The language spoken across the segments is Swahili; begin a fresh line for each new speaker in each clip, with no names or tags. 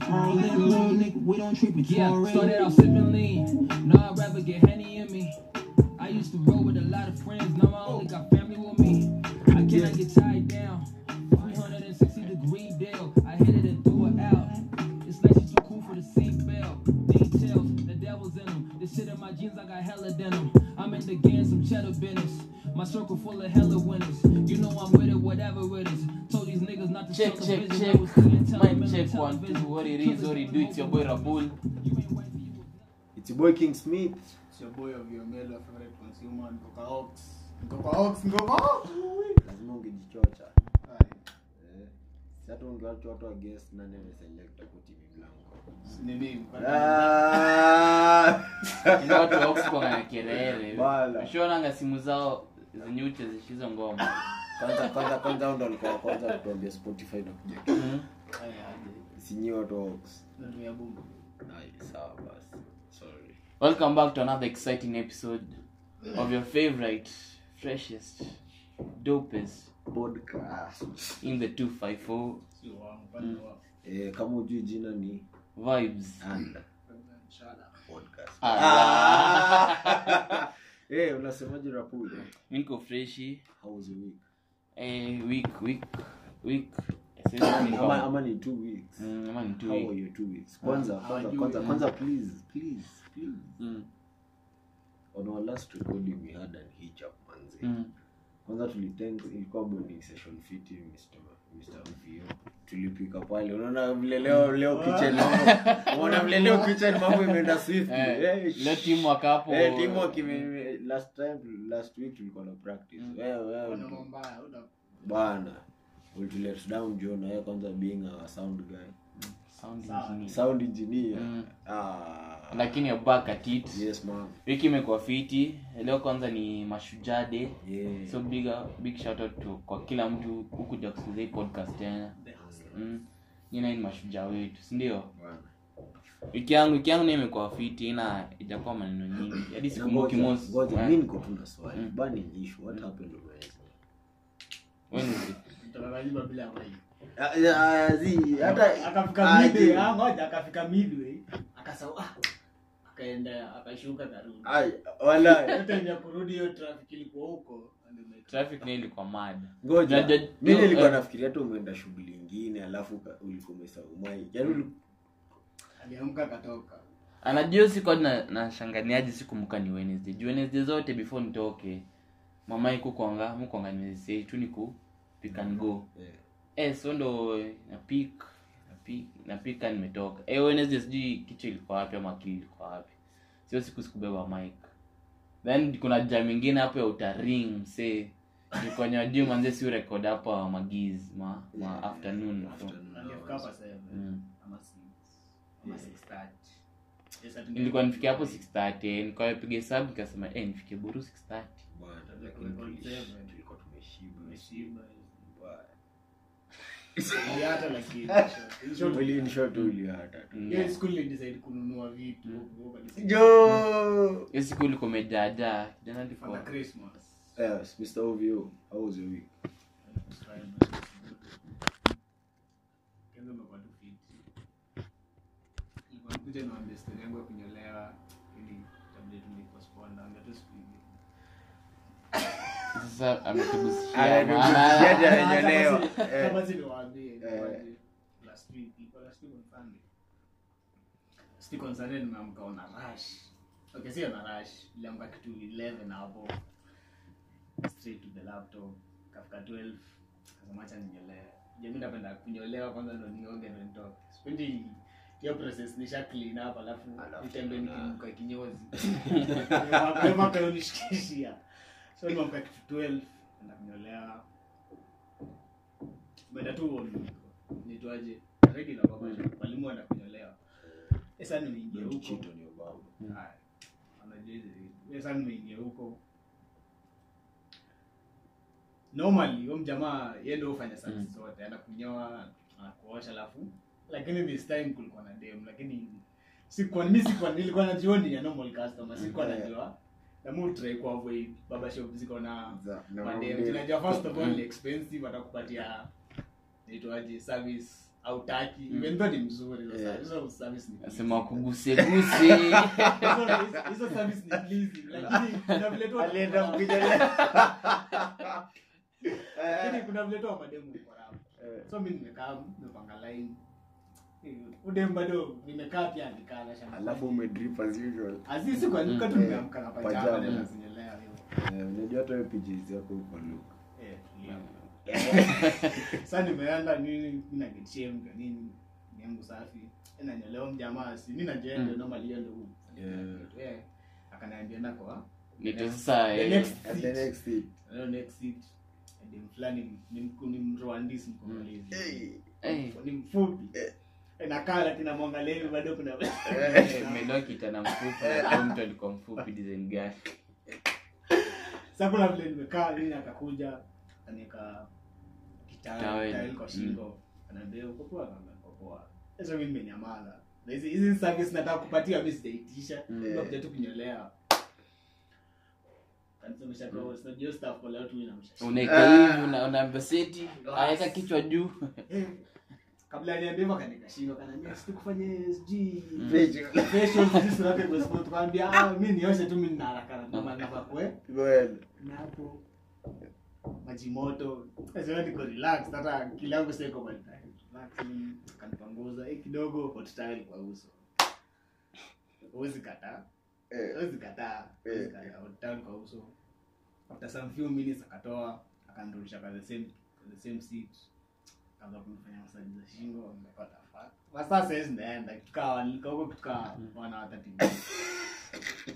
Harlan, little nigga, we don't trip with
Yeah,
Tory.
started off sipping lean. Now I'd rather get Henny in me. I used to roll with a lot of friends, now I only got family with me. I cannot get tied down. 360 degree deal. I hit it and threw it out. It's like she's too cool for the seatbelt. Details, the devil's in them. The shit in my jeans, I got hella denim. I'm in the game, some cheddar business. My circle full of hella winners. You know I'm with it, whatever it is. Told these niggas not to
Check,
suck a
check,
bitch,
check.
I was stealing
Mic
television,
check one, two,
television.
what it is, what it do. It's your boy Rabul.
You ain't right for you.
It's your boy King Smith.
It's your boy of your male favorite consumer, Ngoka Ox. Ngoka Ox, Ngoka Ox!
Lazima ungejichocha.
Aye.
Eh. Si hata ungewacha watu wa guest nani ameselect kwa TV mlango.
Nini? mpaka-
Ah!
Hizo watu wa Oxford wana kelele.
Bala.
Ushaonanga simu zao zenye uchezesha hizo ngoma.
Kwanza kwanza kwanza hao ndo walikuwa wa kwanza kutuambia Spotify na kuja.
Mhm.
Aye, aje.
Si nyinyi watu wa Ox.
Natumia bumbu.
Ai, sawa basi. Sorry.
Welcome back to another exciting episode of your favorite, freshest, dopest
Podcast.
in the 254
Sio wangu, kwani wangu.
Mm.
Eh, kama ujui jina ni
vibes.
Anda
Kwani inshallah.
Podcast.
Ah.
Eh, unasemaje Rapule?
Niko freshi.
How's your week?
Eh, week, week, week.
Ama ama ni two weeks.
Mm, ama ni two
How were
week.
your two weeks? Kwanza, kwanza,
hawajui.
kwanza, kwanza, please, please, please.
Mm,
on our last recording we had an hitch up manzi
mm.
kwanza tulithank ilikuwa bonding session fiti Mr. Mr. Vio tulipika pale unaona vile leo leo
Mm.
kitchen mambo unaona vile leo kitchen mambo imeenda swift
Ah. Eh,
eh
leo teamwork hapo.
eh teamwork ime last time last week tulikuwa na practice Eh,
Mm.
wewe wewe
Kwani
ndo-
mbaya, una-
bana ulitulet down John wewe kwanza being a sound guy
Sound
Sawa.
engineer.
sound engineer
Mm.
ah
Lakini you're back at it.
yes ma'am
wiki imekuwa fiti leo kwanza ni mashujaa day
yeah
so big, uh, big shout out to kwa kila mtu hukuja kusikiza hii podcast tena mm. nina ni mashujaa wetu sindio
bana
wiki yangu wiki yangu nayo imekuwa fiti ina ijakuwa maneno nyingi hadi sikumbuki most
Ngoja,
Eh,
mi niko tu na swali
Mm.
bani ni issue, what happened on Wednesday?
Wednesday.
Mtalaziba bila wewe.
Ah, ya, ah, zi, hata-
Akafika
ah,
midway,
zi.
ah, ngoja, akafika midway. Akasahau, ah, akaenda, akashuka, akarudi.
Ah.
Ai, wala
Yote ni ya kurudi, hiyo traffic ilikuwa huko, and then I-
traffic nayo ilikuwa mada
ngoja
Judge-
mi
no,
nilikuwa
eh.
nafikiria hata umeenda shughuli ingine alafu ka- ulikuwa umesaumai yaani uli-
aliamka akatoka
anajua siku hadi na- nashanganiaje sikumbuka ni wednesday juu wednesday zote before nitoke mama ikukwanga mukwanga niwezesei tu niku pick and go
Eh,
Eh, so ndo napik napika nimetoka eh, Wednesday sijui kichwa ilikuwa wapi ama akili ilikuwa wapi sio siku sikubeba mic then kuna jam ingine hapo ya utaring msee nikonya juu manze si record hapa magiz ma, ma
Yeah,
afternoon
afternoon
alifika
hours.
hapa seven
mm.
ama six ama six thirty Yes, ati-
nilikuwa nifikia hapo 630 nikawa piga hesabu nikasema eh nifikie buru 630
Bwana,
Tulikuwa
lakini
on
tulish-
seven.
tulikuwa tumeshiba.
Nimeshiba.
Bwana.
Niliata lakini short. In short,
Uli- in short, uli hata tu.
Mm.
hiyo siku nilidecide kununua vitu huko, nikasema,
Jo!
hiyo siku ilikuwa imejaajaa kijana
for
alikuwa
the Christmas.
Yes, Mr. Ovio, oh, how was your week?
Kwanza umekuwa tu fit. Nilikuwa nakuja niwaambie story yangu ya kunyolewa ili tablet nilipostpone, naambia tu siku hivi.
sasa
Ana- Ah,
ametugusishia
anatugusishia
maana-
Ja, nyolewa.
Kama si-
Eh.
kama siliwaambie,
Eh.
niwaje. Last week, ilikuwa last week on Sunday. Last week on Sunday nimeamka on a rush. Okay, sio on a rush. Niliamka kitu 11 hapo. Straight to the laptop. Kafika 12. Kasema acha ninyolewe. Jamii napenda kunyolewa kwanza ndo nioge ndo nitoke. Sipendi hiyo process nisha clean up alafu
Alafu
nitembee
tena.
nikinuka kinyozi. Mapema kwa nishikishia. So nimeamka kitu 12 naenda kunyolewa umeenda tu on- nitwaje regular kwa maana walimu wanakunyolewa sasa nimeingia
Don't
huko
cheat on your mom.
Haya. Wanajua hizi vitu. Sasa nimeingia huko normally huyo mjamaa yeye ndio hufanya
Mm.
service zote anakunyoa anakuosha alafu lakini this time kulikuwa na dem lakini sikuwa mimi sikuwa nilikuwa najioni ya normal customer sikuwa
Mm.
najua namutrai kuavoid baba shop ziko na
Za- na Mm.
madem
mamdem.
zinajua first of all ni expensive atakupatia naitwaje service au taki even though ni mzuri hizo
Mm. Yeah.
service- hizo service ni
nasema kugusiguse
Hizo- hizo service ni pleasing lakini kuna vile tu
Alienda
wanakuwa-
mkuja leo.
lakini kuna vile tu amademu korao
Eh.
so mi nimekaa nimepanga line udem bado nimekaa pia nikaa na shamba
alafu umedrip as usual
azisi kwa nika tu
Mm.
nimeamka na
Pajama.
pajama na nazinyolewa hivyo
Eh, unajua hata wewe pijs yako uko look
Eh, tulia. Sasa nimeenda nini mina get shamed na nini yangu safi nanyolewa mjamaa si mi najua ndio normal hiyo ndio huu. Eh, akaniambia na kwa
nito sasa
the
eh,
next
at the next
seat.
seat
Leo next seat dem fulani ni mku- ni mrwandisi mkongolezi
hey.
eh,
ni mfupi Eh, nakaa lakini namwangalia hivi bado kuna
eh, umeelewa kitana mfupi na huyo mtu alikuwa mfupi design gani
sasa kuna vile nimekaa nini akakuja anika
Towel.
kitawel kwa shingo anaambia uko poa Naambia, "Uko poa sasa mimi nimenyamaza na hizi hizi service nataka kupatia mimi sijaitisha
Eh.
nimekuja tu kunyolea kanisomesha kwa sina hiyo staff kwa leo tu inamshasha
unaeka hivi una- unaambia seti aweka kichwa juu
Eh, kabla niambie hivyo kanikashingo kananiambia situkufanye sijui
Page.
facial sisi tunaweka kwa sababu tukaambia ah mimi nioshe tu mimi nina haraka na kama nafaa kwe
Well,
eh." na hapo maji moto sasa niko relax hata kilango sasa iko bali relax mm, kanipanguza eh kidogo hot towel kwa uso huwezi kataa
eh,
huwezi kataa huwezi
Eh.
kataa hot towel kwa uso after some few minutes akatoa akanirudisha kwa the same the same seat kaanza kunifanya masaji za shingo nimepata fuck masaa sahizi naenda tukawa nikauko tukawa wana watatu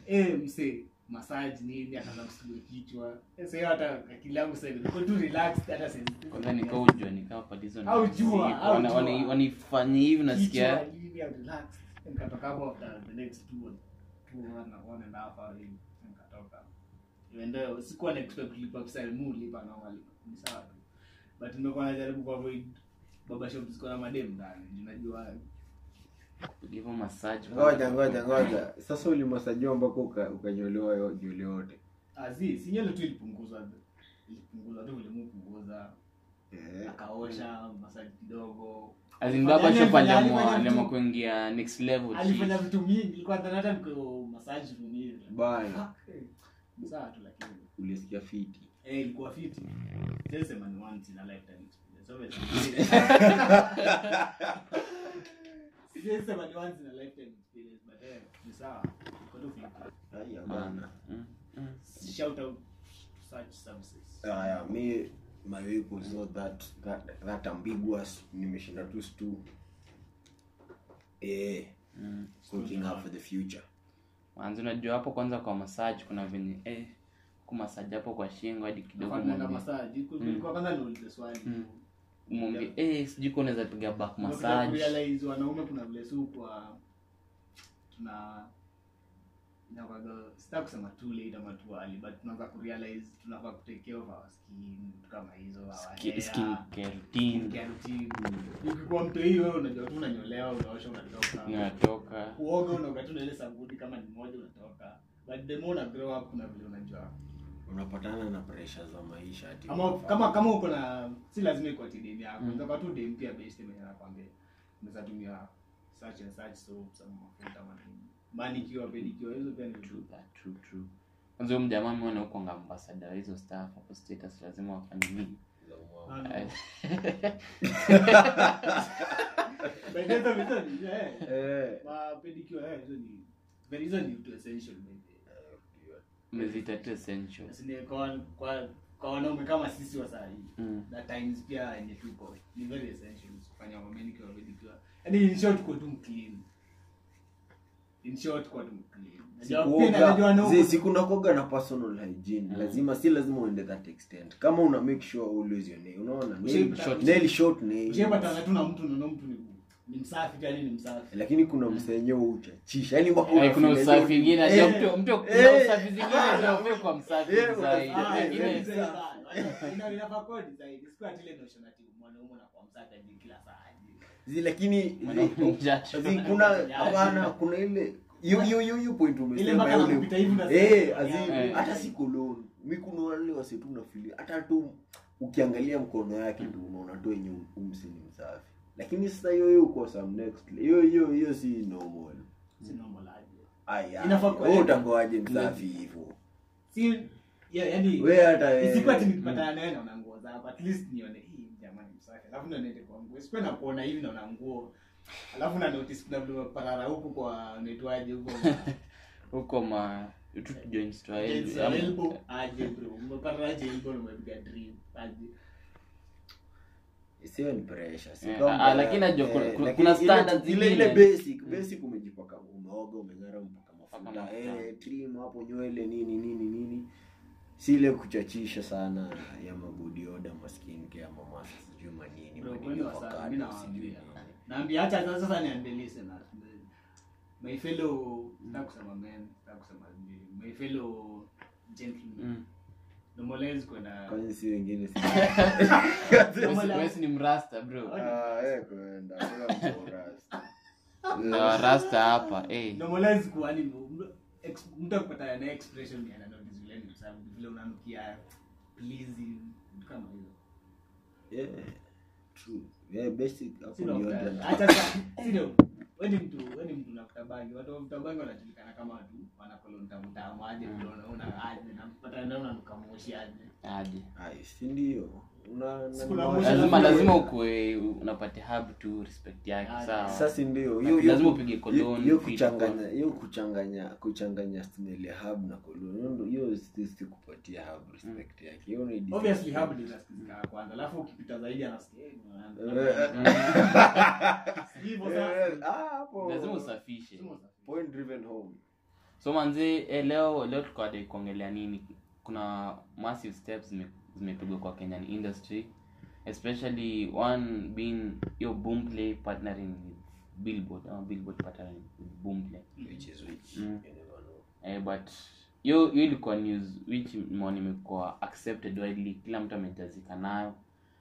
eh msee masaji nini akaanza kusikia kichwa Eh, sasa hiyo hata akili yangu sasa niko tu relaxed hata sasa
kwanza nikaujua nikapatizo
Au jua, au jua.
wanaifanyi hivi nasikia
nikatoka hapo after the next two two one one and a half hour hivi nikatoka even though sikuwa na expect kulipa pesa ile mu lipa normally ni sawa tu but nimekuwa najaribu ku avoid baba shop ziko na madem ndani juu najua
hivyo masaji
ngoja ngoja ngoja sasa ulimasajiwa mpaka uka- ukanyolewa yo- nywele yote
azi ah, si nywele tu ilipunguzwa ilipunguzwa tu vile mu punguza
Eh,
akaosha masaji kidogo
azimbaba
Alifanya-
chopa aliamua
alifanya vitu-
aliamua kuingia next level
alifanya
chief.
vitu mingi nilikuwa nadhani hata niko masaji vumili
bana
eh. sawa tu lakini
ulisikia fiti
Eh, ilikuwa fiti sema ni once in a lifetime experience obviously Siwezi sema ni once in a lifetime experience but eh ni sawa Iko tu fiti
haya
Maana.
bana
Mm, mm.
shout out search services
haya mi Ah, my week was not that that, that ambiguous nimeshinda tu stu eh
Mm.
looking up for the future
Manzi unajua hapo kwanza kwa masaji kuna venye eh kumasaji hapo kwa shingo hadi kidogo
Kufanya na
mwambie
massage Ku- kulikuwa kwanza niulize swali
Mm. mwambie eh sijui kwa unaweza piga back
Nimekuja
massage
kurealize wanaume kuna vile si kwa tuna inakwaga sita kusema too late ama too early but tunaanza kurealize tunafaa kutake care of our skin vitu kama hizo our
Skin-
hair.
skincare routine
ukikuwa mtu hii wewe unajua tu unanyolewa unaosha unatoka
inatoka
kuoga unaoga tu na ile sabuni kama ni moja unatoka but the more una grow up kuna vile unajua
unapatana na pressure za maisha ati
kama kama kama uko na si lazima ikuwa tidini yako mm. ndio tu dem pia based mwenye anakuambia unaweza tumia such and such soaps ama mafuta ama nini manicure pedicure hizo pia ni
True
true
that, true, true. Kwanza huyo mjamaa mwana huko nga ambassador wa hizo staff hapo status lazima wafanye nini?
Za mwao.
Eh,
by the way hizo ni eh
eh
ma pedicure eh hizo ni very hizo ni to essential maybe
Umeziita tu essential.
Sine- kwa kwa kwa wanaume kama sisi wa saa hii
Mm.
na times pia yenye tuko ni very essential kufanya mameniki wa pedicure yani in short kwa tu clean in short kwa tu clean Najua- pia najua na huko-
sikunakoga na personal hygiene
Mm.
lazima si lazima uende that extent kama una make sure always your nail unaona nail,
Ushaipata-
short, nail short nails.
ushaipatana tu na mtu unaona mtu ni ni msafi tu yani ni msafi
Eh, lakini kuna msenye uchachisha yani mpaka
Mm. Eh, kuna
unafeel
usafi
yani-
ingine
Eh,
acha mtu mtu kuna
Eh.
usafi zingine ndio wewe kwa msafi zaidi.
Eh, unasafi.
Ah,
yeah,
hiyo
Ingine
ni sawa. Ina- inafaa kodi zaidi. Sikuwa ati ile notion ati mwanaume anakuwa msafi hadi kila saa.
zi- lakini zi-
Mwanaume jasho.
zi- kuna hapana kuna ile You- you- you- you point
Ile
umesema
mpaka
yule-
nakupita hivi na-
Eh, as in,
Eh.
hata si kolon mi kuna wale wase tu nafili hata tu ukiangalia mkono yake tu unaona tu yenye umsi ni msafi lakini sasa hiyo hiyo uko some next le- hiyo hiyo hiyo si normal
Si normal aje.
Aya,
Inafaa kuwa-
wewe utakuwaje msafi hivyo
Si- ya- yaani-
wewe hata wewe-
isikuwa ati nikipatana nawe naona nguo zako at least nione hii jamani msafi alafu ndo niende kwa nguo isikuwa na kuona hivi naona nguo alafu na notice kuna vile parara huku kwa unaitwaje huko
huko ma tu Eh, join Yaani, Israel.
Jensi ya elbow, aje bro umepararaje elbow na umepiga drip aje
Isiwe ni pressure, si
Eh,
kwamba-
ah, lakini najua kuna-
eh,
kuna-
lakini
kuna
ile-
standards
ile ile
zingine. Mm.
basic basic umejipaka umeoga umeng'ara mpaka
Mpaka
mafuta
mafuta.
eh, trim hapo nywele nini nini nini si ile kuchachisha sana ya mabody odor maskin care ama mask sijui manini
Bro,
manini,
kweli wa
avocado,
sana, mimi
sijui
nawaambia.
nini.
naambia acha sasa sasa niambie listen na- my fellow nataka kusema men nataka kusema ni- my fellow gentlemen
Mm.
nomolezi kuna
kwani si wengine si
Wesi- Wesi ni mrasta bro
Ah, eh, kwenda, kuna mkorasta.
na rasta hapa eh.
nomolezi kuani mtu akupata na expression ya nani vile ni sababu vile unanukia pleasing vitu kama hizo
Yeah, true. Yeah, basic hapo
Sina
ni
kuta-
odor.
acha sasa sio wewe ni mtu wewe ni mtu unafuta bangi watu wa mfuta bangi wanajulikana kama watu wanakolonta mtamu aje
Mm.
ndio unaona aje na mpata ndio unanuka moshi aje
aje
Ai, si ndio Una-
Sikuna
una-
motion.
lazima lazima ukue unapata hab tu respect yake
Ah,
sawa
sasa ndio
Lakini lazima upige koloni,
hiyo
fit
kuchanganya hiyo kuchanganya kuchanganya smell ya hub na koloni hiyo ndo- hiyo si- si kupatia hub respect yake hiyo ni dis-
obviously hapo ndio nasikizika ya kwanza alafu ukipita zaidi anasikia eh, mwanangu. hivyo
Eh,
sasa
ah, hapo
lazima usafishe
point driven home
so manzi eh, leo leo tukawade kuongelea nini kuna massive steps zime- zimepigwa kwa kenyan industry especially one being hiyo boomplay partnering with billboard ama billboard partnering with boomplay
which is which
Mm.
you never know.
eh, but hiyo hiyo ilikuwa news which maoni imekuwa accepted widely kila mtu amejazika nayo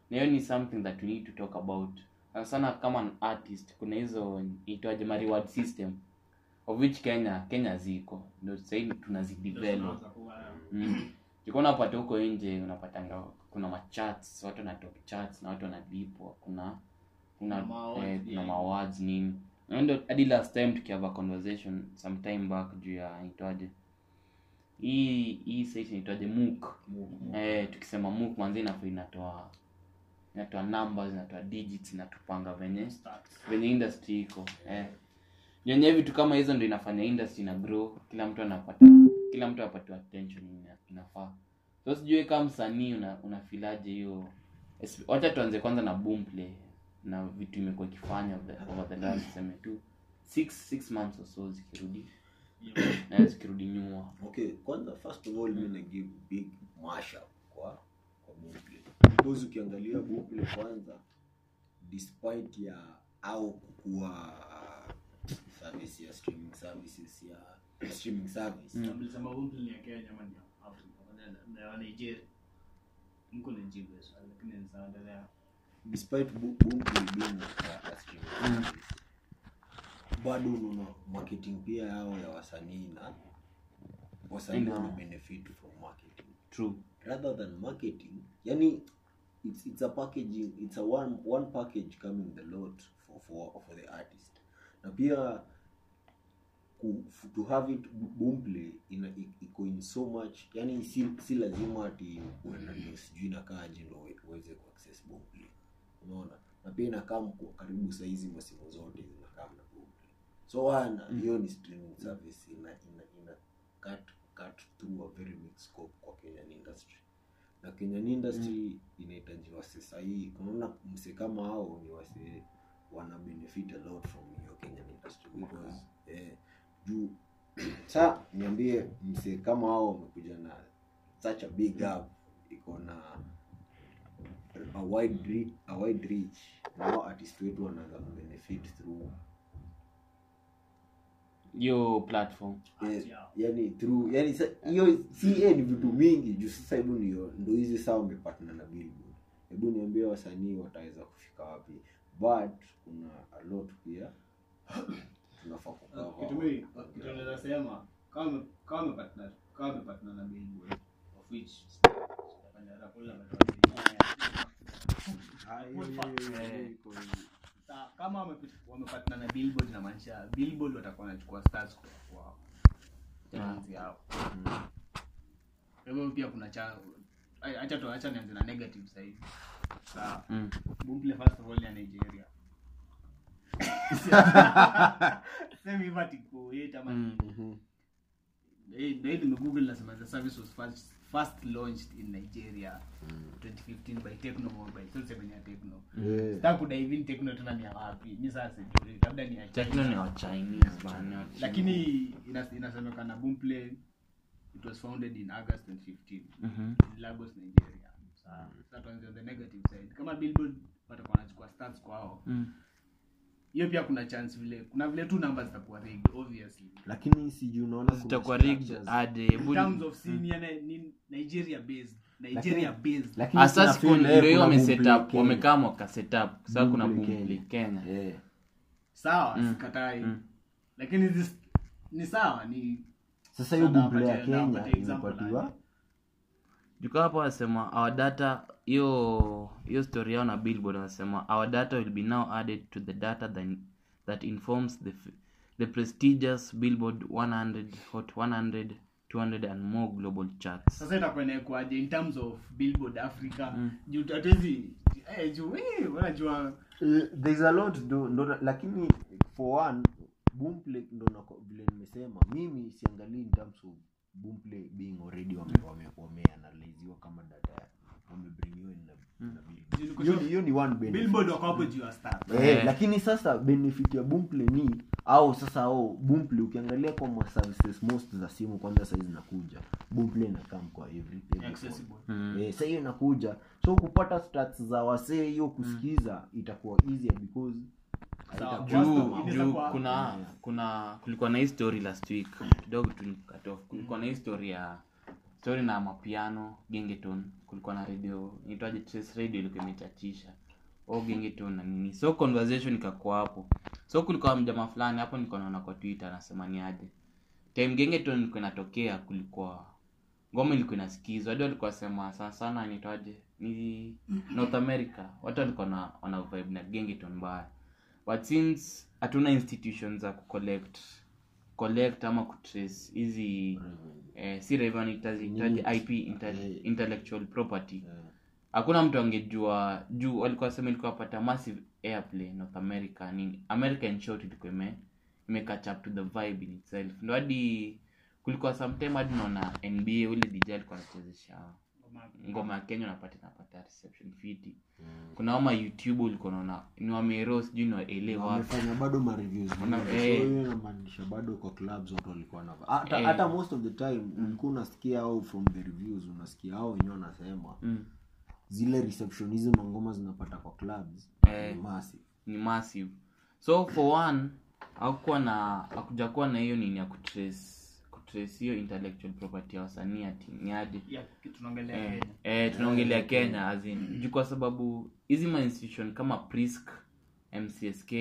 na hiyo ni something that we need to talk about sana sana kama an artist kuna hizo itwaje ma reward system of which kenya kenya ziko ndo sahii tunazidevelop Mm. Tulikuwa unapata huko nje unapatanga kuna machats watu na top charts na watu wanalipwa kuna kuna
Kuna ma-awards,
eh, kuna
yeah.
mawards nini Na ndo hadi last time tukiava conversation sometime back juu ya itwaje hii hii session itwaje MOOC
Mungu.
eh, tukisema MOOC manzi inafa inatoa inatoa numbers inatoa digits inatupanga venye venye industry iko eh. nyenye vitu kama hizo ndo inafanya industry na grow kila mtu anapata kila mtu anapatiwa attention ina- inafaa so sijui kama msanii una, unafilaje hiyo es- wacha tuanze kwanza na boomplay na vitu imekuwa ikifanya over the- over the last tuseme tu six six months or so zikirudi na zikirudi nyuma
okay kwanza first of all mi na give big mashup kwa kwa Buble. because ukiangalia Buble kwanza despite ya au kukua uh, service ya streaming services ya streaming service
Mm.
mlisema bumbu ni ya Kenya ama ni ya Afrika na ya Nigeria mko Nigeria so lakini nitaendelea
despite Bu- Buble being a- a streaming service bado unaona marketing pia yao ya wasanii na wasanii
Ina.
wana benefit from marketing
true
rather than marketing yani it's, it's a packaging it's a one, one package coming the lot for, for, for the artist na pia ku, f- to have it b- boomplay ina i- iko in so much yani si, si lazima ati uende ndio sijui nakaaje ndo uwe- uweze kuaccess boomplay unaona na pia inakaa mko- karibu saizi masimu zote zinakaa na boomplay so wana hiyo ni streaming service ina, ina, ina cut, cut through a very big scope kwa kenyan industry na kenyan industry inahitaji wase sahii unaona mse kama hao ni wase wana benefit a lot from hiyo kenyan industry because eh, juu sa niambie mse kama hao wamekuja na such a big up iko na a wide, re- a wide reach na hao artist wetu wanaanza kubenefit through
hiyo platform
Art
Eh,
yao.
yani through yani sa- hiyo ca ni vitu mingi juu sasa hebu ndio ndo hizi saa wamepatana na billboard hebu niambie wasanii wataweza kufika wapi but kuna a lot pia unafaa
Uh, kitu
kucover.
mimi kitu naweza sema kama kama partner kama partner na Billboy of which sitafanya rap wala
Eh,
eh. Sa- kama wamepit- wamepatana na billboard inamaanisha billboard watakuwa wanachukua stars kutoka kwao Tenancy yao kwa hivyo pia kuna cha a- acha tu acha nianze na negative side sawa
Mm.
Bumble first of all ya Nigeria sema hivyo ati kuwait ama
Mm.
Eh, na hii nimegoogle nasema the service was first, first launched in Nigeria
Mm.
2015 by Tecno Mobile so sema ni ya Tecno
Yeah.
sitaki kudive in Tecno tena ni ya wapi mi sasa sijui labda ni ya
Techno
China.
ni wa Chinese man, ni wa China.
lakini inas- inasemekana Boomplay it was founded in August 2015
Mhm.
in Lagos Nigeria Sawa. sasa tuanze on the negative side kama Billboard watakuwa wanachukua stats kwao
Mm.
hiyo pia kuna chance vile kuna vile tu namba zitakuwa rigged obviously
lakini sijui unaona kuna
Zitakuwa rigged Ah,
structures.
hadi
in
hebu
terms of senior ni- ni Nigeria based Nigeria based
Lakini
hasa
kuna
siku
feel, eh,
ndio hiyo
kuna
wame
Boomplay
set up
Kenya.
wamekaa waka set up kwa sababu kuna
Boomplay
Boomplay Kenya
Yeah.
sawa
Mm.
sikatai
Mm.
lakini this, ni sawa ni
sasa hiyo
Sana,
Boomplay ya
wapatie- na
kenya
wapatie example
imepatiwa
aje.
jukaa hapo wanasema our data hiyo hiyo story yao na billboard wanasema our data will be now added to the data than, that informs the, f- the prestigious billboard 100 hot 100 200 and more global charts
sasa itakuwa inaekwaje in terms of billboard africa
Mm.
juu hatuwezi eh, juu eh, unajua
Eh, there's a lot ndo, ndo, lakini for one Boomplay ndo nako- vile nimesema mimi siangalii in terms of Boomplay being already wame- wame- wameanalyziwa kama data ya- wamebringiwa in na- na Billboard.
juu ni kwa
Hiyo-
sababu
hiyo ni one benefit.
billboard wako hapo juu ya star
Eh,
Eh.
lakini sasa benefit ya Boomplay ni au sasa au Boomplay ukiangalia kwa ma services most za simu kwanza sasa hizi zinakuja Boomplay inakam kwa every, every phone.
accessible
Mm.
Eh, sasa hiyo inakuja so kupata stats za wasee hiyo kusikiza itakuwa easier because
Sawa.
haitakuwa-
Juu-
juu
Inaweza
juu
kuwa-
kuna kuna kulikuwa na hii story last week kidogo tu cut off kulikuwa na hii story ya story na mapiano gengeton kulikuwa na radio inaitwaje trace radio ilikuwa imechachisha oh gengeton na nini so conversation ikakuwa hapo so kulikuwa mjama fulani hapo niko naona kwa twitter anasema ni aje time gengeton ilikuwa inatokea kulikuwa ngoma ilikuwa inasikizwa hadi walikuwa sema sana sana inaitwaje ni north america watu walikuwa na wana vibe na gengeton mbaya but since hatuna institution za kucollect collect ama kutrace hizi eh, si revenue itazihitaji
Nyingi.
ip inte-
Eh.
intellectual property
Eh,
hakuna mtu angejua juu walikuwa sema ilikuwa pata massive airplay north america nini america in short ilikuwa ime ime catch up to the vibe in itself ndo hadi kulikuwa sometime hadi naona nba ule dj alikuwa anachezesha ngoma ya kenya unapata napata reception fiti kuna wama youtube ulikuwa unaona ni wamero sijui ni waelewa wapi
wamefanya bado mareviews
Wana-
so
eh.
hiyo inamaanisha bado kwa clubs watu walikuwa na hata
Eh.
hata most of the time ulikuwa unasikia au from the reviews unasikia hao wenyewe wanasema
mm.
zile reception hizo na ngoma zinapata kwa clubs
Eh.
ni massive
ni massive so for one hakukuwa na hakuja kuwa na hiyo nini ya kutrace kutrace hiyo intellectual property ya wasanii ati ni aje
ya tunaongelea
eh,
Kenya
eh, tunaongelea kenya as in juu kwa sababu hizi ma institution kama prisk mcsk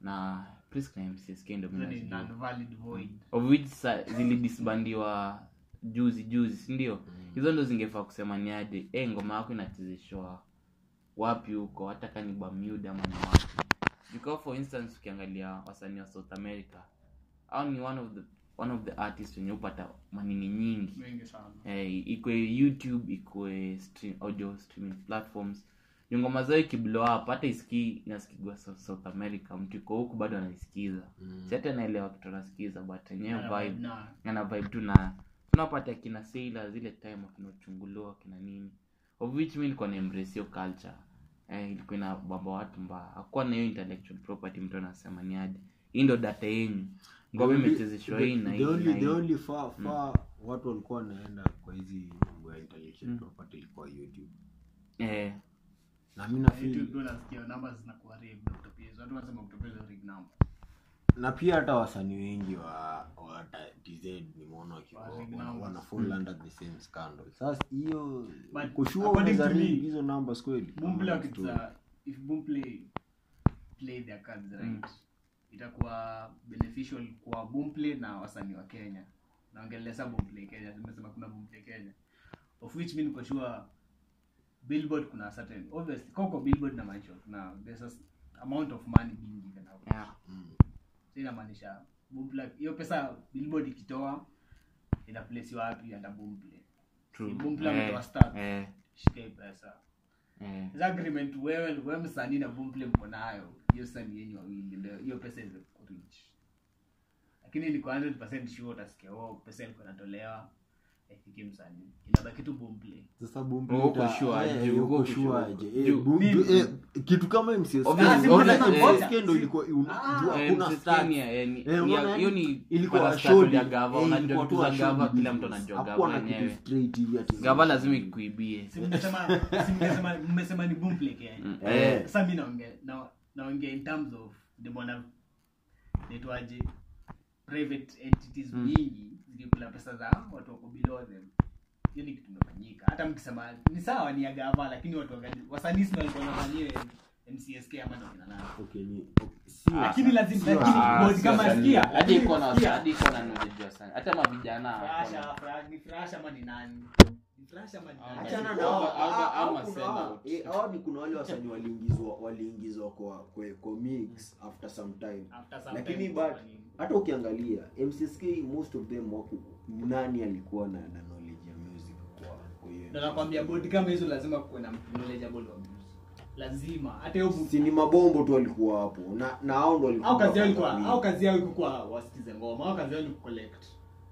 na prisk na mcsk ndio mimi
Hizo ni
nazijua.
non valid void
of which sa- zilidisbandiwa juzi juzi sindio hizo ndo zingefaa kusema ni aje e ngoma yako inachezeshwa wapi huko hata ka ni bamuda ama ni wapi because for instance ukiangalia wasanii wa south america au ni one of the one of the artist wenye hupata manini nyingi
mengi sana
eh, ikwe youtube ikwe stream, audio streaming platforms Ni ngoma zao ikiblow up hata isikii inasikigwa Sou- south america mtu iko huku bado anaisikiza mm. si hata anaelewa kitu anasikiza but enyewe vibe
na
ana vibe tu na tunapata kina seila zile time akinachunguliwa kina nini of which mi nilikuwa na embrace hiyo culture eh, ilikuwa ina bamba watu mbaya hakuwa na hiyo intellectual property mtu anasema ni aje hii ndo data yenyu ngoma imechezeshwa hii na hii
The only-
na
the
hii Mm.
only far far watu walikuwa wanaenda kwa hizi mambo ya
Mm.
intellectual property ilikuwa youtube
eh,
na mi nafeel
YouTube eh, unasikia namba zinakuwa rigged kutopeza watu wanasema kutopeza rigged number
na pia hata wasanii wengi wa, wa ta- tz nimeona wakiwa-
Wa big
wana-
numbers.
wana
Mm.
fall under the same scandal sasa hiyo
But
uko sure
according to
unaweza
me,
read hizo
Ah,
numbers kweli Mm.
Boomplay
Ama ni story.
Mm.
wakitza if Boomplay play their cards right itakuwa beneficial kwa Boomplay na wasanii wa Kenya. Naongelea sasa Boomplay Kenya, tumesema kuna Boomplay Kenya. Of which mimi niko sure Billboard kuna certain obviously koko Billboard na Mancho kuna there's a amount of money being given out.
Yeah.
Mm.
So inamaanisha Boomplay hiyo pesa Billboard ikitoa ina place wapi under Boomplay.
True.
Boomplay
Eh,
ametoa stats.
eh,
Shika hii pesa.
eh.
Hizo agreement wewe wewe msanii na Boomplay mko nayo. Hiyo sani yenyu wawili ndio hiyo pesa ile kureach. Lakini ni kwa 100% sure utasikia oh pesa ilikuwa inatolewa ifike msanii. Inabaki tu Boomplay.
Sasa eh,
Huko sure aje, huko sure aje. Juu.
kitu kama MCS
Obvious-
Ah, si mbona
MCS
nakuona?
Kenya ndo ilikuwa una-
Ah.
juu
Eh,
hakuna
Mrs.
stats.
Kenya, eh, ni-
Eh,
ni-
unaona,
hiyo ni
ilikuwa
para
short,
stat ya
eh,
gava
ilikuwa
unajua
tu
tu za
short
gava kila mtu
business.
anajua
Hakuwa
gava
na kitu
wenyewe
straight hivi ati-
gava lazima ikuibie
Si mnasema si mnasema mmesema ni Boomplay Kenya.
Mm, eh.
Sasa mimi naongea na- naongea in terms of the bona netwaje private entities
Hmm.
Mm.
nyingi zikikula pesa za watu wako below them hiyo ni kitu imefanyika hata mkisema ni sawa ni agava lakini watu wangali- wasanii sio walikuwa wanafanyia mcsk ama na kina nani
Okay, ni- si-
lakini lazima
Sio
lakini
wasanii.
bodi kama sikia
hata iko na
Sikia.
ah, hadi iko na knowledge ya sana hata mavijana
Frasha,
hawako
Fra- ni Frasha ama ni nani Ni Frasha ama ni nani?
Achana na
Au-
hao.
au-
Ah,
au
au
masema
kuna hao.
wote.
Eh, hao ni kuna wale wasanii waliingizwa waliingizwa kwa kwa kwa mix after some time
After some
lakini
time,
but
ni-
hata ukiangalia mcsk most of them wako nani alikuwa na, na knowledge ya music kwa kwa hiyo
Ndio nakwambia bodi kama hizo lazima kuwe na mtu knowledgeable wa music lazima hata hiyo bodi-
si ni mabombo tu walikuwa hapo na na hao ndo walikuwa
au kazi
kwa
yao ilikuwa
mix.
au kazi yao ilikuwa wasikize ngoma au kazi yao ni collect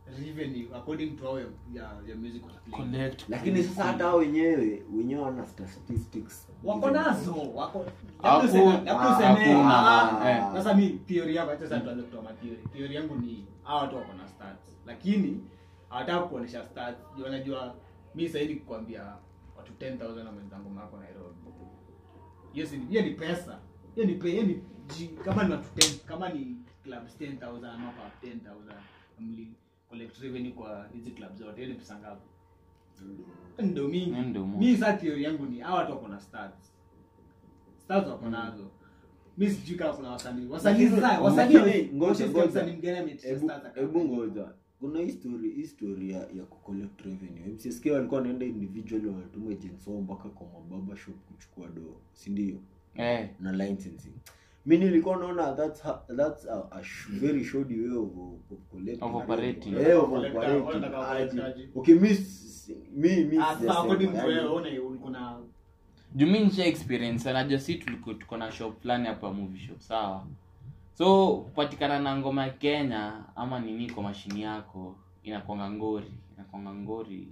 revenue according to how ya ya music wanaplay
lakini sasa hata hao wenyewe wenyewe wana statistics
wako nazo wako
Haku-
labda useme- labda
ah,
useme,
hakuna,
ah,
ah,
eh.
ah.
sasa mi theory yangu acha sasa tuanze kutoa matheory theory yangu ni hawa watu wako na stats lakini hawataka kuonesha stats Juu wanajua mi sahivi kukwambia watu 10000 na mwenzangu mako Nairobi hiyo si hiyo ni pesa hiyo ni pe- hiyo ni ji- kama ni watu 10 kama ni clubs 10000 ama kwa 10000 mli collect revenue kwa hizi club zote hiyo ni pesa ngapi ndo mingi
Ndio mingi.
mi sa theory yangu ni hawa watu wako na stats stats
Mm.
wako nazo mi sijui kama kuna wasanii wasanii sasa wasanii
Ngoja, ngoja,
wasanii
ngoja.
msanii mgani ametisha
Hebu-
stats akawa-
hebu ngoja kuna hii story hii story ya, ya kucollect revenue mcsk walikuwa wanaenda individual wanatuma agents wao mpaka kwa mababa shop kuchukua doo si ndio
eh
na licensing mi nilikuwa naona that's a, that's a, a sh- very shoddy way of, of collecting
Of operating.
eh, of
Collector,
operating
wanataka wakolektaji.
aje. okay mi s- mi mi
Ah, sasa
sijasema,
according to
yaani-
wewe una uko na
jumi nisha experience anajua si tuliko tuko na shop fulani hapa movie shop sawa so kupatikana na ngoma ya kenya ama nini kwa mashini yako inakwanga ngori inakwanga ngori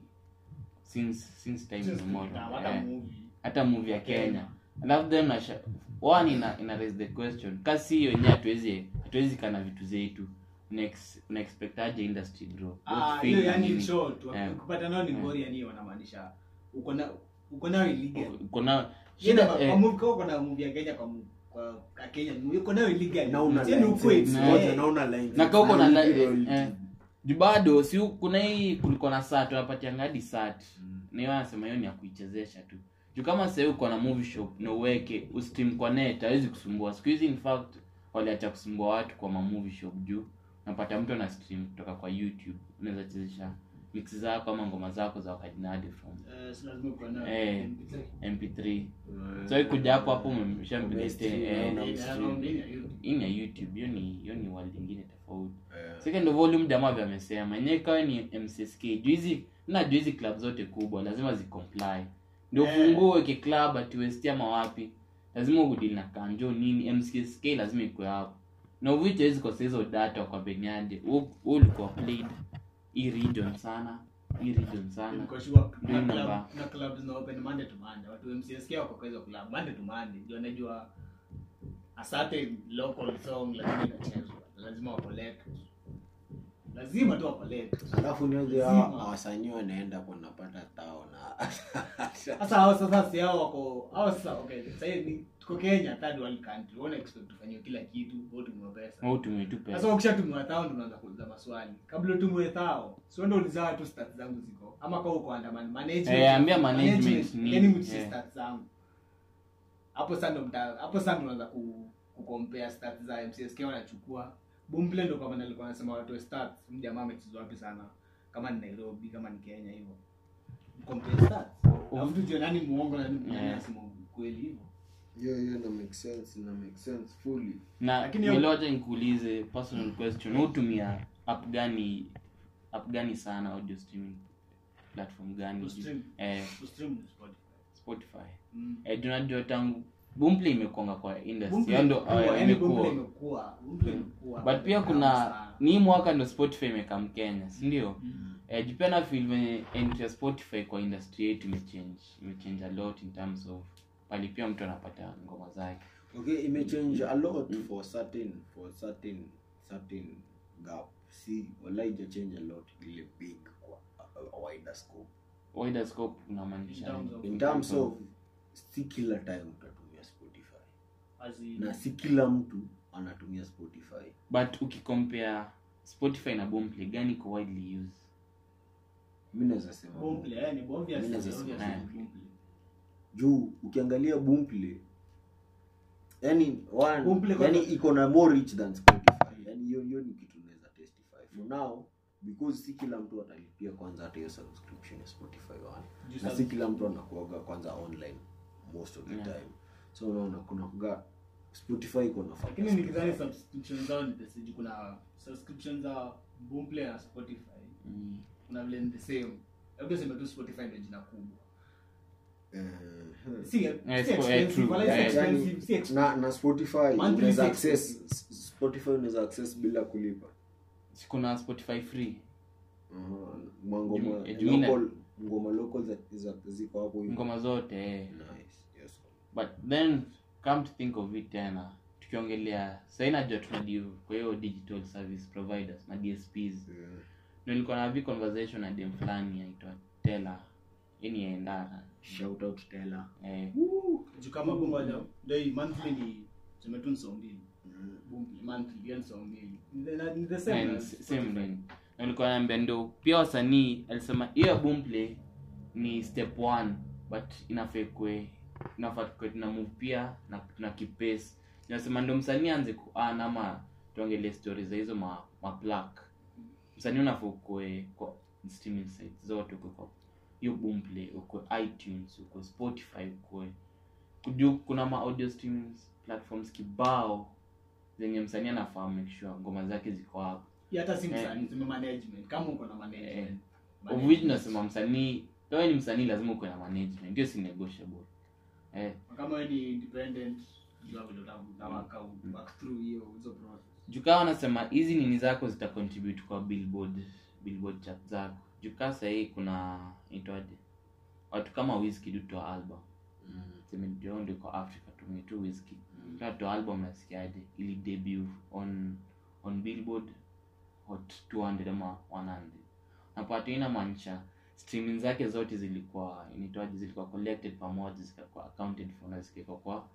since since time
na
memorial
hata
eh.
movie
hata movie ya kenya alafu then nasha one ina, ina raise the question kasi hiyo yenyewe hatuwezi hatuwezi kana vitu zetu Unaex- unaexpectaje industry grow
ah
What
hiyo
field
yani
nini?
in short
Eh.
kupata nao ni
Eh.
bori yani wanamaanisha uko na uko nayo illegal
kuna
Shida
Oh, shida
kwa
eh,
movie kama uko na movie ya Kenya kwa mu- kwa kwa Kenya uko nayo illegal
na una
Yaani uko
license,
it's-
ngoja,
eh.
na una license.
na kauko na la-
Ndio,
eh, eh. Ju bado si u- kuna hii kulikuwa na sat wapatia ngadi sat
Mm.
ni wanasema hiyo ni ya kuichezesha tu juu kama sahii uko na movie shop na uweke ustim kwa net hawezi kusumbua siku hizi in fact waliacha kusumbua watu kwa ma movie shop juu napata mtu ana stream kutoka kwa youtube unaweza chezesha mix zako ama ngoma zako za wakadinadi from
Eh, si lazima uko nayo.
Eh. mp3
Eh,
so kuja hapo hapo umeshampiga
Umestream,
ste- eh,
na
Eh,
umestream.
hii ni ya youtube hiyo ni hiyo ni world ingine tofauti second volume jamaa vya amesema yenyewe ikawa ni mcsk juizi na juizi club zote kubwa lazima zicomply ndio
Eh.
ufungue ke club ati west ama wapi lazima udili na kanjo nini mcsk lazima ikwe hapo na uvitu awezi kosa hizo data kwa benyaje huu ulikuwa played hii region sana hii region sana
Niko sure kuna
Remember.
club- kuna club zina open Monday to Monday. Watu wa MCSK wako kwa hizo club Monday to Monday. Ndio wanajua a certain local song lazima inachezwa. Lazima wa collect. Lazima tu wa collect.
alafu nioje
Lazima.
wasanii wanaenda wanapata tao na
Sasa hao sasa si hao wako hao sasa okay. Sasa hii ni tuko Kenya third world country. Wana expect tufanywe kila kitu, wote tumewa pesa.
au tumetupe
Sasa ukishatumiwa thao ndio unaanza kuuliza maswali. Kabla utumwe thao, sio ndio uliza watu stats zangu ziko ama kwa uko andamani management. Yaani
Eh, ambia management ni-
yani mtie
eh.
stats zangu. Hapo sasa ndio mta hapo sasa ndio unaanza ku kukompea stats za mcsk wanachukua bumble ndo kama nilikuwa nasema watu wa stats mjamaa amechezwa wapi sana kama ni nairobi kama ni kenya hivyo kukompea stats alafu tujue nani muongo na nani nani
Yeah.
anasema ukweli hivyo
hiyo hiyo ina make sense ina make sense fully
na
Lakini-
niloja nikuulize personal question hutumia app gani app gani sana audio streaming platform gani
Kustream.
eh,
Kustream ni Spotify.
spotify
Mm.
eh, tunajua tangu bumple imekonga kwa industry hiyo
Bumble
ndo
imekua,
eh,
yani Bumble
imekuwa Hmm.
imekua, Bumble imekua.
but pia kuna
Sana.
ni hii mwaka ndo spotify imekam kenya sindio
Mm.
eh, jipia na fil venye entry ya spotify kwa industry yetu imechange imechange a lot in terms of pali pia mtu anapata ngoma zake
okay imechange a lot for certain for certain certain gap si wallahi change a lot ile big kwa a, a wider scope
wider scope unamaanisha
In terms
nini?
of-
in terms of si kila time utatumia spotify
As in-
na si kila mtu anatumia spotify
but ukikompare spotify na boomplay gani iko widely used
mi naweza sema
Bumble, eh, ni obvious,
Mimi naweza
obvious
sema
ni
nani.
Bumble.
juu ukiangalia bumple yani one-
Bumple
yani
kwanza-
iko na more rich than spotify yani hiyo hiyo ni kitu naweza testify for now because si kila mtu atalipia kwanza hata hiyo subscription ya spotify one
Juu
na
sub-
si kila mtu anakuaga kwanza online most of the
Yeah.
time so unaona kuna kuga spotify iko na factors
lakini nikidhani
tofauti.
subscription zao ni the same. kuna subscription za Bumble na spotify
mm.
kuna vile ni the same labda sema tu spotify ndio jina kubwa
Eh,
si si
Yeah, it's-
expensive,
yeah, true.
wala si
Yeah,
Yeah,
expensive,
yani,
si expensive.
na na spotify
Monthly
unaweza
six.
access spotify unaweza access bila kulipa
Si kuna spotify free
Aha, mangoma
Ju- eh, ju- ina-
local- ngoma local za- za- ziko hapo hivi.
ngoma zote eh.
Nice, yes.
but then come to think of it tena tukiongelea sahii najua tunadiv kwa hiyo digital service providers na dsps
Yeah.
ndo nilikuwa na vi conversation na dem fulani aitwa tela ini yaendara
Shout out Tela.
eh,
Juu kama Bumble ndio- ndio hii monthly ni tuseme tu ni song mbili
Mm.
Bumble, monthly, yani song mbili. Ni- na- ni the same
same
na
Eh, same
Spotify.
line na nilikuwa naambia ndo pia wasanii alisema hiyo ya boomplay ni step one but inafaa ikue inafaa tukue tuna move pia na tuna kipace nasema ndo msanii anze ku earn ama tuongelee story za hizo ma, ma plaque. msanii unafaa ukue kwa streaming sites zote ukue kwa hiyo boomplay ukue itunes ukue spotify ukue juu kuna ma audio streaming platforms kibao zenye msanii anafaa make sure ngoma zake ziko hapo
Ya, hata si
Eh.
msanii, tuseme management kama uko na
Eh.
management
Of which nasema msanii kawe ni msanii lazima ukuwe na management ndio si negotiable eh,
kama wewe ni independent jua vile uta- utawaka u-
Mm.
work through hiyo hizo process
jukaa wanasema hizi nini zako zita contribute kwa billboard billboard chart zako jukaa sahii kuna itwaje watu kama whisky dutoa album
Mm.
semediondo kwa africa tumie tu whisky tunatoa album nasikiaje ili debut on on billboard hot 200 ama 100 napata inamaanisha streaming zake zote zilikuwa inaitwaje zilikuwa collected pamoja zikakuwa accounted for na zikaekwa kwa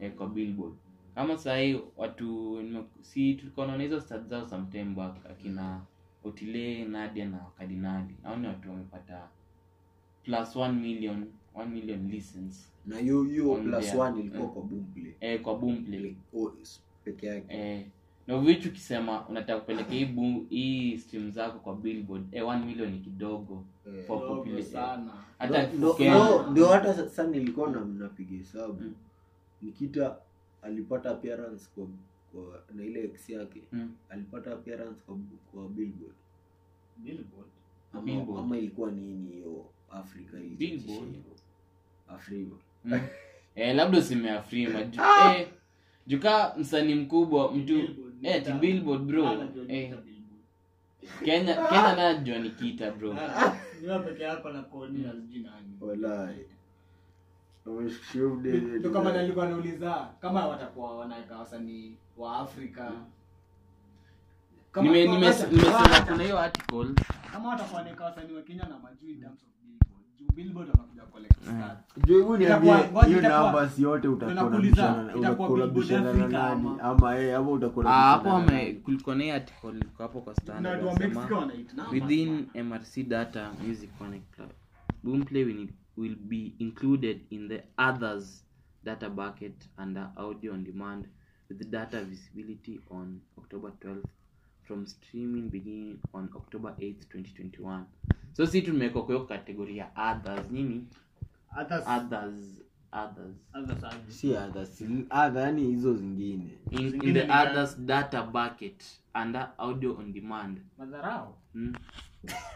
eh, kwa billboard kama sahii watu nime- si tulikuwa naona hizo stat zao sometime back akina otile nadia na kardinali au ni watu wamepata plus 1 million 1 million listens
na hiyo hiyo
On
plus
there.
one ilikuwa
Mm.
kwa Boomplay.
eh, kwa boomplay
Like, oh, is- peke yake
eh, na vitu ukisema unataka kupeleka hii boom- hii stream zako kwa billboard eh, 1 million ni kidogo
Eh.
for
Dogo
popula-
sana
hata
Ndo- ndo-
Kenya-
ndo- ndio hata sasa nilikuwa na napiga hesabu
Mm.
nikita alipata appearance kwa, kwa na ile ex yake
Mm.
alipata appearance kwa, kwa billboard
billboard
ama,
Billboard.
ama ilikuwa nini hiyo africa
Billboard.
afrika
Mm. eh, labda usimeafrima ju, eh, jukaa msanii mkubwa mtu
Billboard,
eh, ati
Nikita.
billboard bro
Ana ndio
eh,
Nikita Billboard.
kenya kenya najua ni kita bro
Ah, ni wewe peke yako na kodi na sijui nani
Walai.
ndio kama nalikuwa nauliza kama watakuwa wanaweka wasanii wa afrika Kama- Ah.
Nime-
kama
nime-
wata-
nimesoma kuna hiyo article
Ah, kama watakuwa wanaweka wasanii wa kenya na majuu in terms of billboard juu billboard wanakuja collect
Eh,
stats.
Hebu niambie,
Itakuwa- ngoja,
hiyo
itakuwa-
namba si yote utakuwa
Nakuuliza,
unabishana-
itakuwa
utakuwa
Billboard
unabishana na
Africa
nani?
ama-
Ama, eh, ama utakuwa
Ah, hapo
unabishana na
wame
nani?
kulikuwa na hiyo article iko hapo kwa
Na
standard
watu wa Mexico
wanasema
wanaita namba
within mrc data music connect Club, boomplay will, will be included in the others data bucket under audio on demand with data visibility on October 12th from streaming beginning on October 8th 2021. So si tumewekwa kwa hiyo kategoria ya others nini?
Others-
Others others.
others are-
si adha adha yani
yaani
hizo zingine
In, in
Zingine
the
ni gani?
others data bucket under audio on demand.
madharau
Hmm?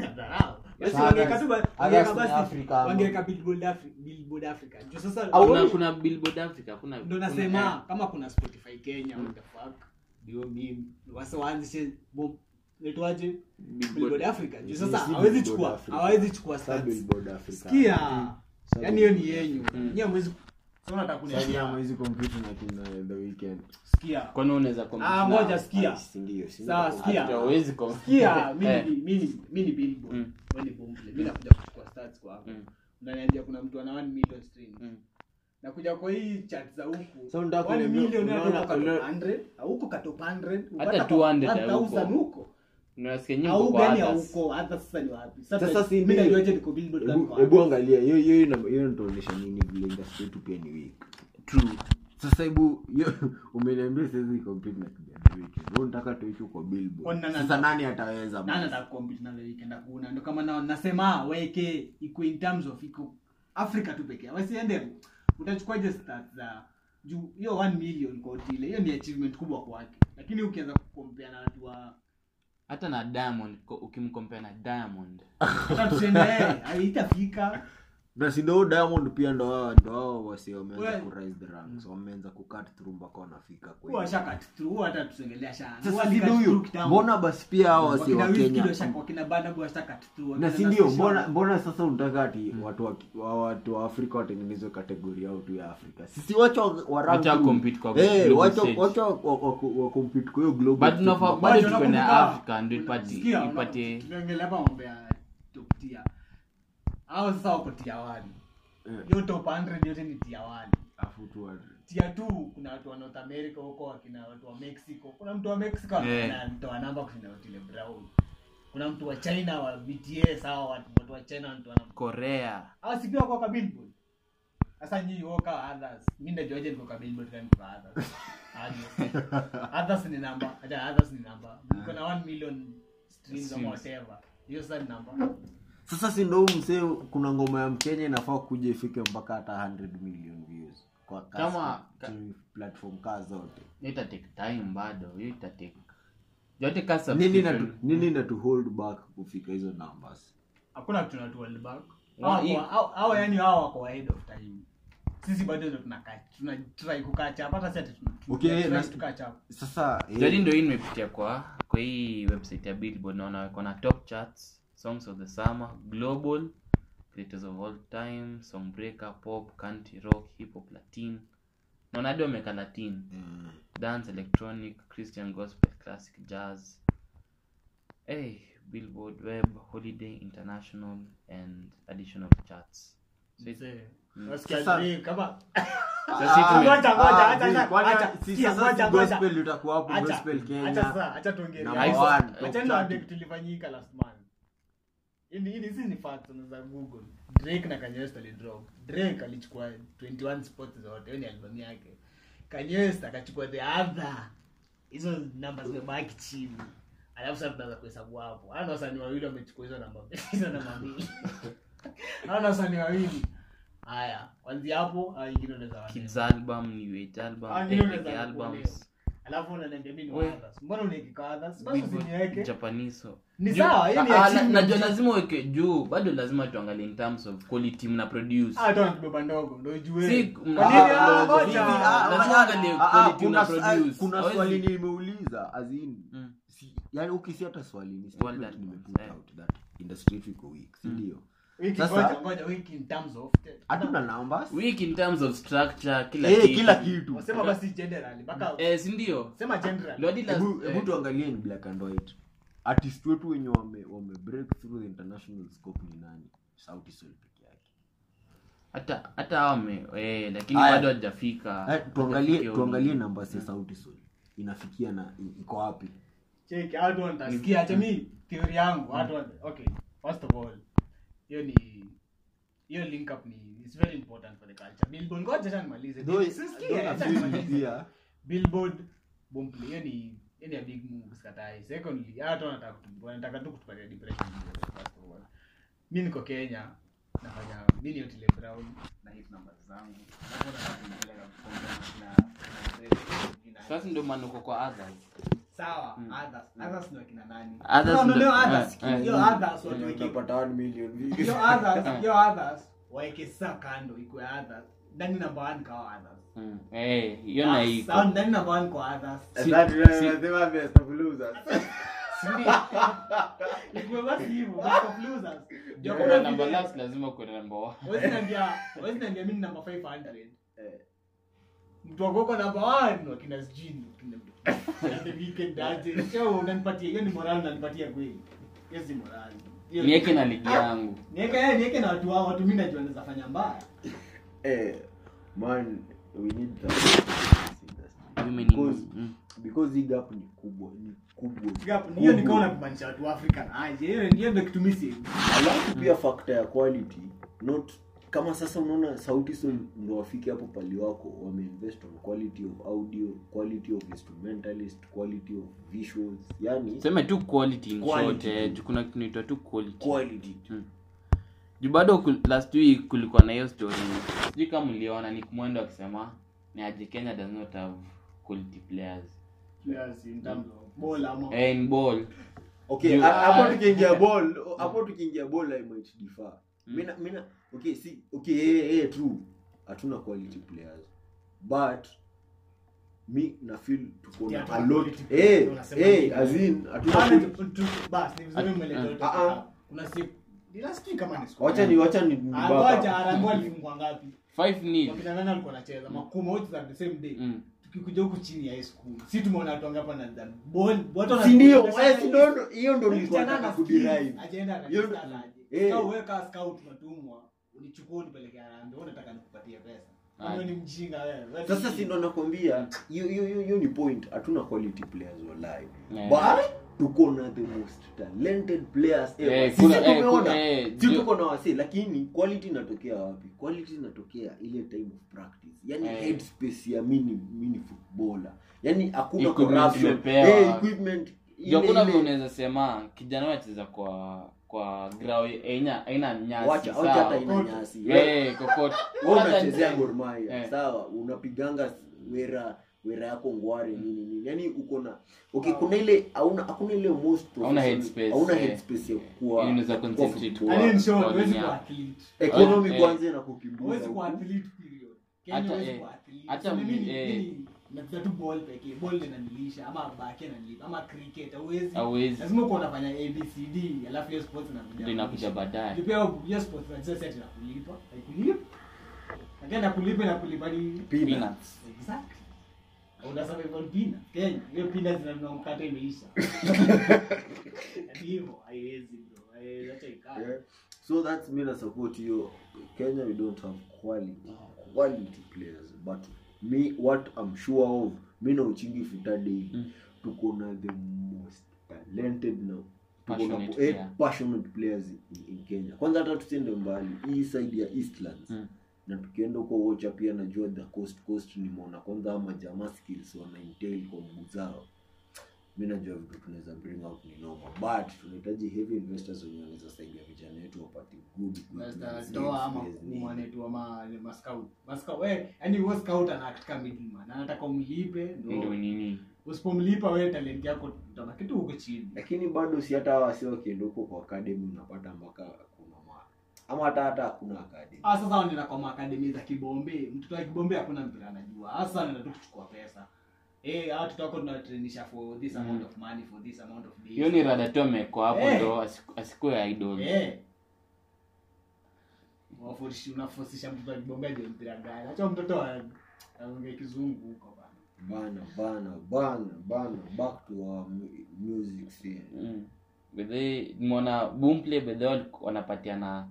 madharau
Yes,
Basi
others-
wangeweka tu ba-
others
wangeweka
in
basi-
Africa, ama-
wangeweka Billboard Afri- Billboard Africa. Juu sasa
Au-
Kuna
Aoni.
kuna Billboard Africa, kuna Eh.
ndo nasema kama kuna spotify kenya what the fuck ndio mimi wasa waanzishe bo- naitwaje Billboard Africa juu sasa
Si
hawezi
Billboard
chukua
Africa.
hawezi chukua
Sa
stats
Billboard Africa.
sikia
Sa
yani hiyo ni
Billboard
yenyu
Mm.
nyie hamwezi
So unataka
Africa. Sasa
kuniambia-
hamwezi compete na kina The Weeknd.
sikia
Kwani unaweza
ah
compete?
ngoja
Ah,
sikia
si ndio, si
Sawa,
ndio.
sikia.
Hatuwezi compete.
sikia
Eh.
mimi mimi mimi billboard
Mm.
wewe ni bomble mimi nakuja kuchukua stats kwa hapo
Mm.
unaniambia kuna mtu ana 1 million streams
Mm.
nakuja kwa hii chat za huku
Sasa unataka
1
kuniambia-
million
unaona-
unatoka kwa
unaona-
100 huko katoka 100
Hata
unapata
200
1,000
hauko.
huko
Unasikia nyimbo
au
kwa
gani
others.
hauko hata sasa ni wapi sasa,
Sasa si
mimi
mimi-
najuaje niko billboard gani
Hebu-
kwa
hebu
hapa?
angalia hiyo- hiyo ina- hiyo inatuonyesha nini vile industry yetu pia ni weak sasa hebu hiyo- umeniambia siwezi compete na kijana The Weeknd. Wewe unataka tuishi kwa Billboard.
Kwa nani-
sasa nani ataweza
nani
bwana?
atakukompiti na weekend na kuna ndo kama na, nasema weke iko in terms of iko africa tu pekee wasiende utachukuaje stats za juu hiyo 1 million kwa otile hiyo ni achievement kubwa kwake lakini ukianza kukompea na watu wa
hata na diamond ko- ukimkompea na diamond
hata tuseme eh, haitafika
na si ndo diamond pia ndo hao ndo hao wasi wameanza
We-
ku rise the ranks wameanza ku cut through mpaka wanafika
huwa
kwenye
washakat through hata tusengelea shana
sasa si ndo huyo mbona basi pia hao wasi wa Kenya
wakina badabu washakat through
na si
wakina
ndio
Nasty
mbona
Show.
mbona sasa unataka ati
Hmm.
watu wa, wa, watu wa Afrika watengenezwe kategori yao tu ya Afrika sisi wacha wa- wa rank
Wacha wa
tu.
compete kwa
eh
global
wacha
stage.
wacha wa, wa, wa- wa compete kwa hiyo global
But
stage.
tunafaa-
Mabaya.
bado
Bado
tuko na
nakumbuka-
Africa ndio ipate-
Sikia, una-
ipate-
tunaongelea hapa mambo ya top tier. Hao sasa wako tier 1.
Eh.
Hiyo top 100 yote ni tier 1.
Alafu tu wa-
Tier 2 kuna watu wa North America huko wakina watu wa Mexico. Kuna mtu wa Mexico
Eh.
anatoa namba kushinda Otile Brown. Kuna mtu wa China wa BTS hao watu watu wa China wanatoa namba.
korea
Hao si pia wako kwa Billboard. Sasa nyinyi woka others. Mimi ndajuaje niko kwa Billboard kani kwa others. Aje. others ni number. Hata others ni number. Niko na 1 million streams ama whatever. Hiyo sasa ni number.
sasa si ndo huyu msee kuna ngoma ya Mkenya inafaa kuja ifike mpaka hata 100 million views kwa kasi,
Kama- ka-
tu platform kaa zote
hiyo itatake time bado hiyo itatake yote ka
nini
subscription.
natu, nini natu hold back kufika hizo numbers
Hakuna kitu na world back.
Wa- hii-
Hao yani hao wako ahead of time. Sisi bado ndo tunakaa. Tuna try kukaa chapa hata sasa tuna.
Okay,
tuna-
na-
try tukaa chapa.
sasa eh,
jadi ndo hii nimepitia kwa kwa hii website ya billboard naona wako na top charts songs of the summer global creators of all time song breaker pop country rock hip hop latin naona hadi wameka latin
eh,
dance electronic christian gospel classic jazz hey, billboard web holiday international and additional charts So it-
Mzee.
Mm.
Nasikia
Hmm. Sasa-
Drake kama
Sasa si tume-
Ngoja, ngoja,
Ah,
acha,
Drake,
acha,
kwani
acha,
si
sikia,
sasa
ngoja,
si
ngoja.
gospel utakuwa hapo,
Acha-
gospel Kenya.
acha sasa, acha tuongelee.
Number
Acha-
one, top
Acha niwaambie
30.
kitu ilifanyika last month. Ini ini hizi ni facts za Google. Drake na Kanye West alidrop. Drake alichukua 21 spots zote, hiyo ni album yake. Kanye West akachukua the other. Hizo namba zimebaki chini. Alafu sasa tunaanza kuhesabu hapo. Hao ndio wasanii wawili wamechukua hizo namba. Hizo namba mbili. Hao ndio wasanii wawili. Haya, kwanza hapo, hao wengine wanaweza wane.
kids album new age album
Ah,
AKK
niyo naweza
albums
kukuelewa. Alafu unaniambia mimi ni
We-
others. Mbona uniweke others? Basi
Billboard,
usiniweke.
Japanese, so-
Ni
Juu-
sawa, hii ni
Ah,
achievement.
na- najua lazima uweke juu bado lazima tuangalie in terms of quality mna produce
Ah, toa kidoba ndogo ndio ijue.
Si-
Kwa
mna-
nini? Ah,
ah,
ngoja.
hivi,
ah,
lazima
ah,
uangalie
ah,
quality
kuna
una
swa-
produce.
kuna
Hawezi-
swali nimeuliza azin
Mm.
si, yani ukisi hata swali ni
Well
statement
done,
nimeput
eh. Mm.
out that industry yetu iko weak si ndio
Wiki
Sasa-
ngoja, ngoja, wiki in terms of-
hatuna numbers
weak in terms of structure kila
eh
kitu.
kila kitu
Wasema basi generally, mpaka-
eh si ndio
sema generally.
Lodi la-
hebu
eh,
hebu tuangalie in black and white artist wetu wenye wame wame break through the international scope ni nani sauti sol peke yake
hata hata wame eh, lakini
Aya.
bado hajafika
eh, tuangalie
Hajafikia
tuangalie
huko.
numbers ya sauti sol inafikia na iko wapi
Check, watu wanitasikia. Acha mi, theory yangu, watu wana- okay, first of all, hiyo ni- hiyo link up ni- is very important for the culture. Billboard, ngoja acha nimalize.
Though-
Sisikie,
though
acha
nafikiri
nimalize.
pia,
billboard bombplay hiyo ni hiyo ni a big move sikatai secondly hata wanataka kutu- wanataka tu kutupatia depression first of all mi niko kenya nafanya mi ni otile brown
na hit numbers zangu Hapo nataka nipeleka kukonga na- na- na-
sasa ndio maana uko kwa others
sawa others others ni wakina nani
Others
No, no,
ndo-
no, others.
eh, eh,
Hiyo
mm.
others watuweke
unapata 1 million views.
hiyo others hiyo others waeke saa kando ikuwe others ndani number one kawa others
Mm. Eh, hiyo na Eh,
Ah,
iko
sawa, ndani number one kwa others
Si-
That is why
si-
wanasema best of losers.
ikuwe basi hivyo best of losers
Ndio
Hakuna
kuna
vile-
number last lazima kuna number one
Huwezi niambia- huwezi niambia mi ni number 500
Eh.
mtu wakoko namba one wakina Yaani sijini unanipatia hiyo ni morali unanipatia kweli hiyo si morali Hiyo-
niweke na
Ah.
ligi yangu
niweke eh, niweke na watu wao watu mi najua naweza fanya mbaya
Eh, man, we need that.
Mimi ni-
Because-
mm.
because hii gap ni kubwa ni kubwa
Gap, hiyo ni kama unakumaanisha watu wa afrika na aje hiyo hiyo ndio kitu mi sielewi.
alafu pia fakta ya quality not kama sasa unaona sauti sol ndo wafike hapo pali wako wameinvest on quality of audio quality of instrumentalist quality of visuals yani
seme tu quality in short
Quality.
eh, juu kuna kitu inaitwa tu quality
quality
Hmm. juu bado ku- last week kulikuwa na hiyo story sijui kama mliona ni kumwendo akisema ni aje kenya does not have quality players
Players in terms of ball ama-
eh, in ball
okay
You
ha- hapo
are-
tukiingia ball hapo tukiingia ball i might differ
Mm.
mina mina okay see okay hey, hey, true hatuna quality players but mi na feel tuko
Yeah,
na a
hatuna
lot
quality players,
eh
unasema
eh
nini?
as in hatuna
Bana,
quality
tu- tu- basi, ni vizuri umeelezea yote.
Ah, ah.
Kuna siku- ni last week kama ni siku.
wacha ni wacha ni
Ah,
baba.
ngoja, Harambee alifungwa ngapi
5 nil
wakina nani walikuwa wanacheza makuma wote za the same day
Mm.
tukikuja huku chini ya high school si tumeona watu wangapi wanaza ball watu wana-
Si ndio,
Sasa
eh, si
hii-
ndio- ndio- hiyo ndo
hii
nilikuwa
kijana
nataka
ana skills,
kuderive.
ajaenda
Hiyo-
akajistart aje.
eh.
Sasa wewe kama scout unatumwa unichukue unipeleke Harambee, wewe unataka nikupatie pesa Wewe
Aje.
ni mjinga wewe, wewe ni
sasa
mjinga.
si ndo nakwambia hiyo hiyo- hiyo hiyo ni point hatuna quality players walai
Yeah.
but tuko na the most talented players ever.
Eh,
Sisi
kuna- eh,
tumeona
kuna- eh,
si
ju-
tuko na wasee lakini quality inatokea wapi quality inatokea ile time of practice yani
Eh.
head space ya mini mini footballer yani hakuna
Equipment
corruption
imepewa.
eh equipment ile-
Ndio kuna vile
ile-
unaweza sema kijana wacheza kwa kwa grau aina aina nyasi
wacha wacha
sawa.
hata ina nyasi
eh kokote
wewe unachezea Gor Mahia
Eh.
sawa unapiganga wera wera yako ngware
Mm.
nini nini yani uko na okay kuna ile hauna hakuna ile most
Hauna
professional-
headspace,
hauna
eh.
headspace ya kuwa
Yaani unaweza
ya kuwa
concentrate.
footballer.
Yaani in short,
Kwa
huwezi
dunia.
kuwa athlete.
economy
Eh.
kwanza na
Huwezi kuwa
kukimbiza
athlete period. Kenya
Hata,
huwezi
eh,
kuwa athlete.
hata
So mimi
mimi,
ni-
eh.
mimi napenda tu ball pekee. Ball ndio inanilisha ama baki inanilipa ama cricket huwezi.
Hauwezi.
Lazima uko unafanya ABCD alafu hiyo sports inakuja.
ndio inakuja baadaye
Ndio pia hiyo sports unajua sasa ati inakulipa. Haikulipi. Na tena kulipa na kulipa ni
peanuts
exact. Una survive on pina. Kenya hiyo pina zinanunua mkate imeisha. Ati hivyo haiwezi bro. Haiwezi acha ikae.
Yeah. Eh. so that's me na support hiyo kenya we don't have quality quality players but me what i'm sure of mi na uchingi fita daily
Mm.
tuko na the most talented na tuko na
Passionate
po- eh,
player.
passionate players in, in kenya kwanza hata tusiende mbali hii side ya eastlands
Mm.
na tukienda huko wocha pia najua the coast coast nimeona kwanza ama jamaa skills wanaintel kwa mguu zao mi najua vitu tunaweza bring out ni noma but tunahitaji heavy investors wenye wanaweza saidia vijana wetu wapate good equipment,
toa ama
skills, nini.
kumanetu ama ile mascout mascout eh yani wewe scout anact kama middleman anataka umlipe
ndio
ndio
nini
usipomlipa wewe talent yako utabaki tu huko chini
lakini bado si hata hawa wasi wakienda huko kwa academy unapata mpaka kuna ma ama hata hata hakuna academy
ah sasa wanaenda kwa maakademi za kibombe mtoto wa kibombe hakuna mpira anajua Ah, sasa anaenda tu kuchukua pesa eh hawa watoto wako tunatrainisha for this amount of money for this amount of this
Mm. hiyo ni rada tu amewekwa hapo
Eh.
ndo asiku- asikuwe idol
eh Waforsisha- unafosisha mtoto wa kibombe ajue mpira gani acha mtoto wa- aongee kizungu huko bana
bana bana bana bana back to our mu- music scene
Mm. bedhe nimeona bumple bedhe waliku- wanapatiana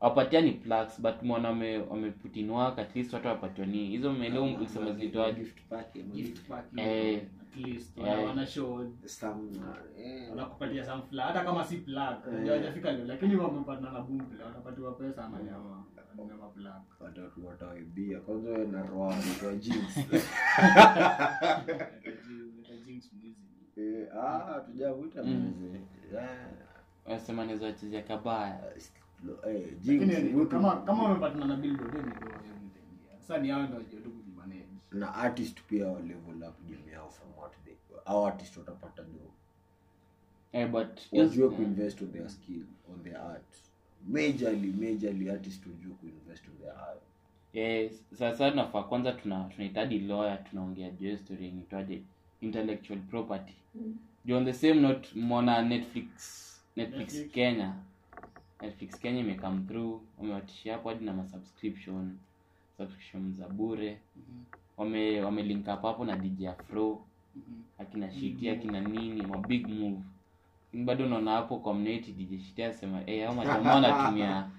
wapatiani plugs but mona
Yaani Ah,
wameputinwa at least watu wapatiwa nini hizo meleum ulisema zilitoaje
Gift pack, ama
gift pack
Eh,
at least
Yeah.
wana- wana show
Stamina, eh.
wanakupatia some fla hata kama si plug
Eh.
Yeah.
hawajafika leo lakini wamepatana na bumple watapatiwa pesa ama nyama nyama plug
watatu watawaibia kwanza wewe na roho mtoa jeans
Wataji- watajinx mwizi.
Eh, ah tujavuta
Mm.
mzee Ah,
wanasema naweza wachezea kabaya
lo- eh,
Lakini
jeans,
anyway,
vuta.
kama kama wamepatana na billboard then ndio wamemtengia sasa ni hao ndio wajue tu kujimanage
na artist pia wa level up game yao from what they au artist watapata do
eh, but
wajue
Yeah.
kuinvest on their skill on their art majorly majorly artist wajue kuinvest on their art
yes sasa tunafaa kwanza tuna tunahitaji lawyer tunaongea juu ya story inaitwaje intellectual property juu on the same note mona netflix netflix
Netflix.
kenya netflix kenya imecome through wamewatishia hapo hadi na masubscription subscription za bure wame wamelink up hapo na dj afro akina shiti akina nini ma big move Lakini bado unaona hapo community dj shiti asema hey, hao majamaa wanatumia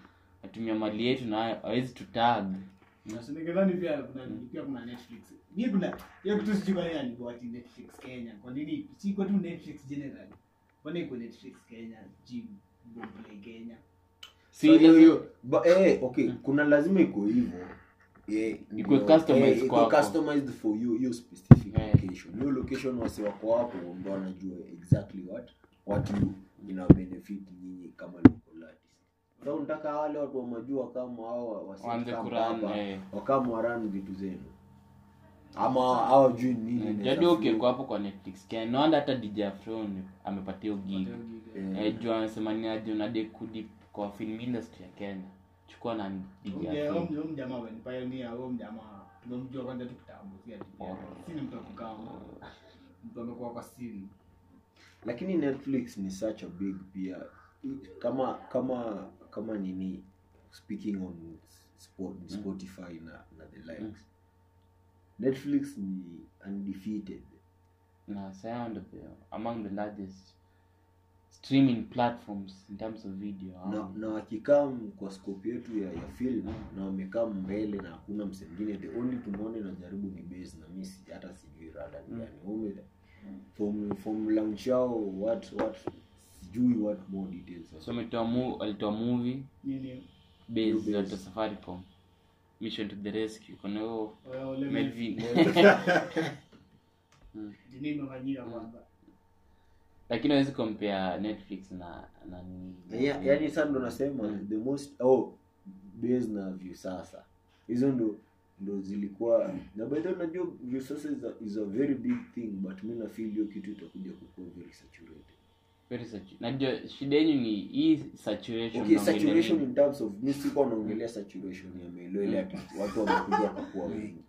natumia mali yetu na hawezi tutag
Na si ningadhani pia kuna
Hmm.
pia kuna Netflix. Mimi kuna hiyo kitu sijui kwa nini alikuwa ati Netflix Kenya. Kwa nini si kwa tu Netflix general? Mbona iko Netflix Kenya, Jim, Boplay Kenya.
si
So, hiyo-
lazima-
hiyo- ba- eh, okay kuna lazima iko hivyo Eh,
Hmm. Iko
ndio.
customized
Eh, iko
kwako.
customized for you hiyo specific
Eh.
location hiyo location wase wako hapo ndo wanajua exactly what what you ina benefit nyinyi kama local artist sasa unataka wale watu wamajua kama hao wasi
Waanze
kama
kuran,
hapa,
eh.
wakama waran vitu zenu ama hawajui nini inaweza
Eh, Mm, jadi
feel.
ukekwapo kwa netflix Kenya, no wonder hata dj afron amepatia ugig eh, juu anasema ni aje unade kudip kwa film industry ya kenya chukua na dj
Huyo
afron
um,
huyo mjamaa bwana pioneer, huyo mjamaa tumemjua kwanza tu kitambo, si ati pia. Si ni mtu wa kukaa. Mtu amekuwa kwa scene.
lakini netflix ni such a big pia kama kama kama nini speaking on spot, spotify na, na the likes netflix ni undefeated
na sound among the largest streaming platforms in terms of video um.
na, na wakikam kwa scope yetu ya, ya film na wamekaa mbele na hakuna msengine the only tumeona inajaribu ni base na mi si- hata sijui rada ni gani Wame- from, from launch yao what what sijui what more details
so ametoa mu, alitoa movie
Nini?
base zote safaricom mission to the rescue kuna huyo
Wewe ole
melvin
Nini imefanyika kwanza?
lakini hawezi compare netflix na na nini.
Ya- yaani sasa ndo nasema
Mm.
the most oh base na view sasa hizo ndo ndo zilikuwa na by the way najua view sasa is a, is a very big thing but mi nafeel hiyo kitu itakuja kukuwa very saturated
Very satu- najua shida yenyu ni hii saturation
okay
na wengine
saturation
nini.
in terms of mi sikuwa naongelea saturation ya melo ile ati
Mm.
watu wamekuja wakakuwa wengi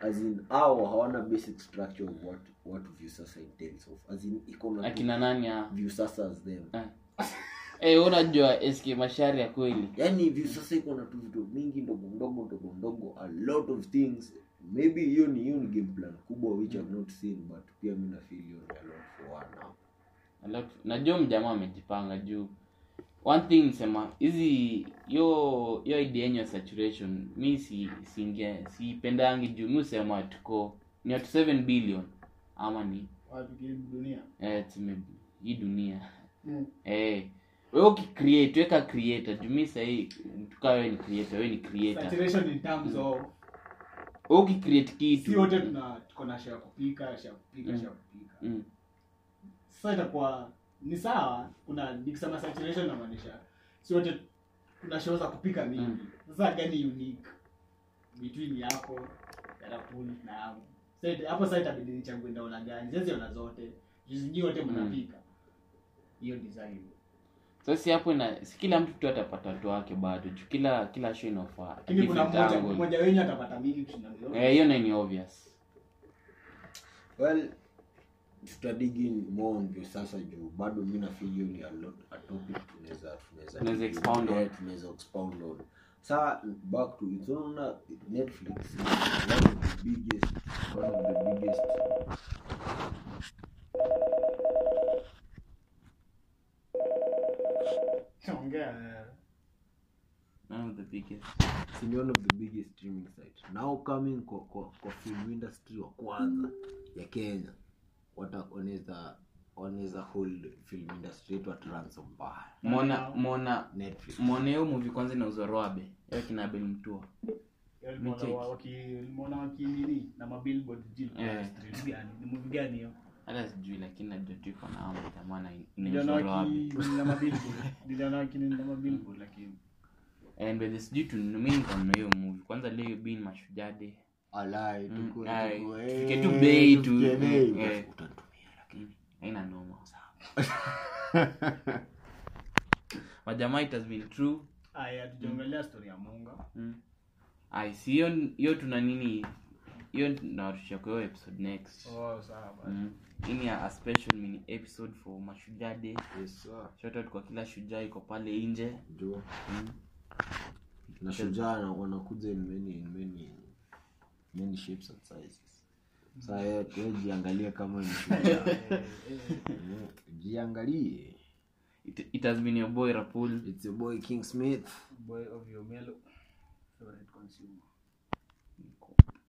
as in au hawana basic structure of what what view sasa entails of as in iko na
akina nani ya
view sasa as them
hey, unajua sk mashari ya kweli
yani Yaani hivi sasa iko na tu vitu mingi ndogo ndogo ndogo ndogo a lot of things maybe hiyo ni hiyo ni game plan kubwa which I've not seen but pia mi nafeel hiyo ni a lot for one now
Alafu, najua mjamaa amejipanga juu one thing sema hizi yo yo idea yenyu ya saturation mi si singe siipendangi juu mi usema tuko ni watu 7 billion ama ni
Watu game dunia.
eh, tume hii dunia
Mm.
eh wewe ukicreate weka creator juu mi sahii tukaa wewe ni creator wewe ni creator
Saturation in terms of
wewe ukicreate kitu
si wote tuna tuko na share kupika, share kupika, share kupika.
mm.
sasa itakuwa ni sawa kuna nikisema saturation namaanisha si wote kuna show za kupika mingi
Mm.
sasa gani unique between yako ya Rapul na yangu Sasa ita- hapo sasa itabidi nichague ndaona gani sasa ona zote zingine
Mm.
wote mnapika hiyo design
sasa si hapo na si kila mtu tu atapata watu wake bado juu kila kila show inafaa
lakini kuna
different
mmoja
angle.
mmoja wenyu atapata mingi kushinda yote
eh hiyo nayo ni obvious
well tutadigi more on view sasa juu bado mi nafeel hiyo ni a lot a topic tunaweza tunaweza
Tunaweza expound on.
Eh, tunaweza expound on saa back to it unaona netflix is one of the biggest one of the biggest
ongea
None of the biggest.
It's one of the biggest streaming site now coming kwa, kwa, kwa film industry wa kwanza ya kenya wata- wanaweza wanaweza hold film industry yetu at ransom mbaya
mona mona
netflix
mona hiyo muvi kwanza inauzwa roabe ya kina abel mtua
eh,
Micheki.
mona wakinini na mabillboard juu
Eh.
street gani ni movie gani hiyo
hata sijui lakini najua tu iko na ama tamana
Vijana
inauzwa roabe
waki- na mabillboard vijana wakinini na mabillboard lakini
and by the Eh, sijui tunumi nikanunua hiyo muvi kwanza leo hiyo bin mashujade
alai eh.
Mm,
tukue-
aye.
tukue-
Tufike tu bei tu.
tufikie bei.
Eh.
Utatumia lakini.
haina noma majamaa it has been true
aya tujaongelea story ya munga
ai si hiyo hiyo tuna nini hiyo tunawarushia kwa hiyo episode next
oh sawa basi.
mm. hii ni a a special mini episode for mashujaa day
Yes, sir.
shout out kwa kila shujaa iko pale nje
Jua. na shujaa na- wanakuja in many, in many, many shapes and sizes
Mm.
saa wewe- wewe eh, jiangalie kama ni shujaa Mm, jiangalie
it, it has been your boy rapul
it's your boy king smith
boy of your mellow favorite consumer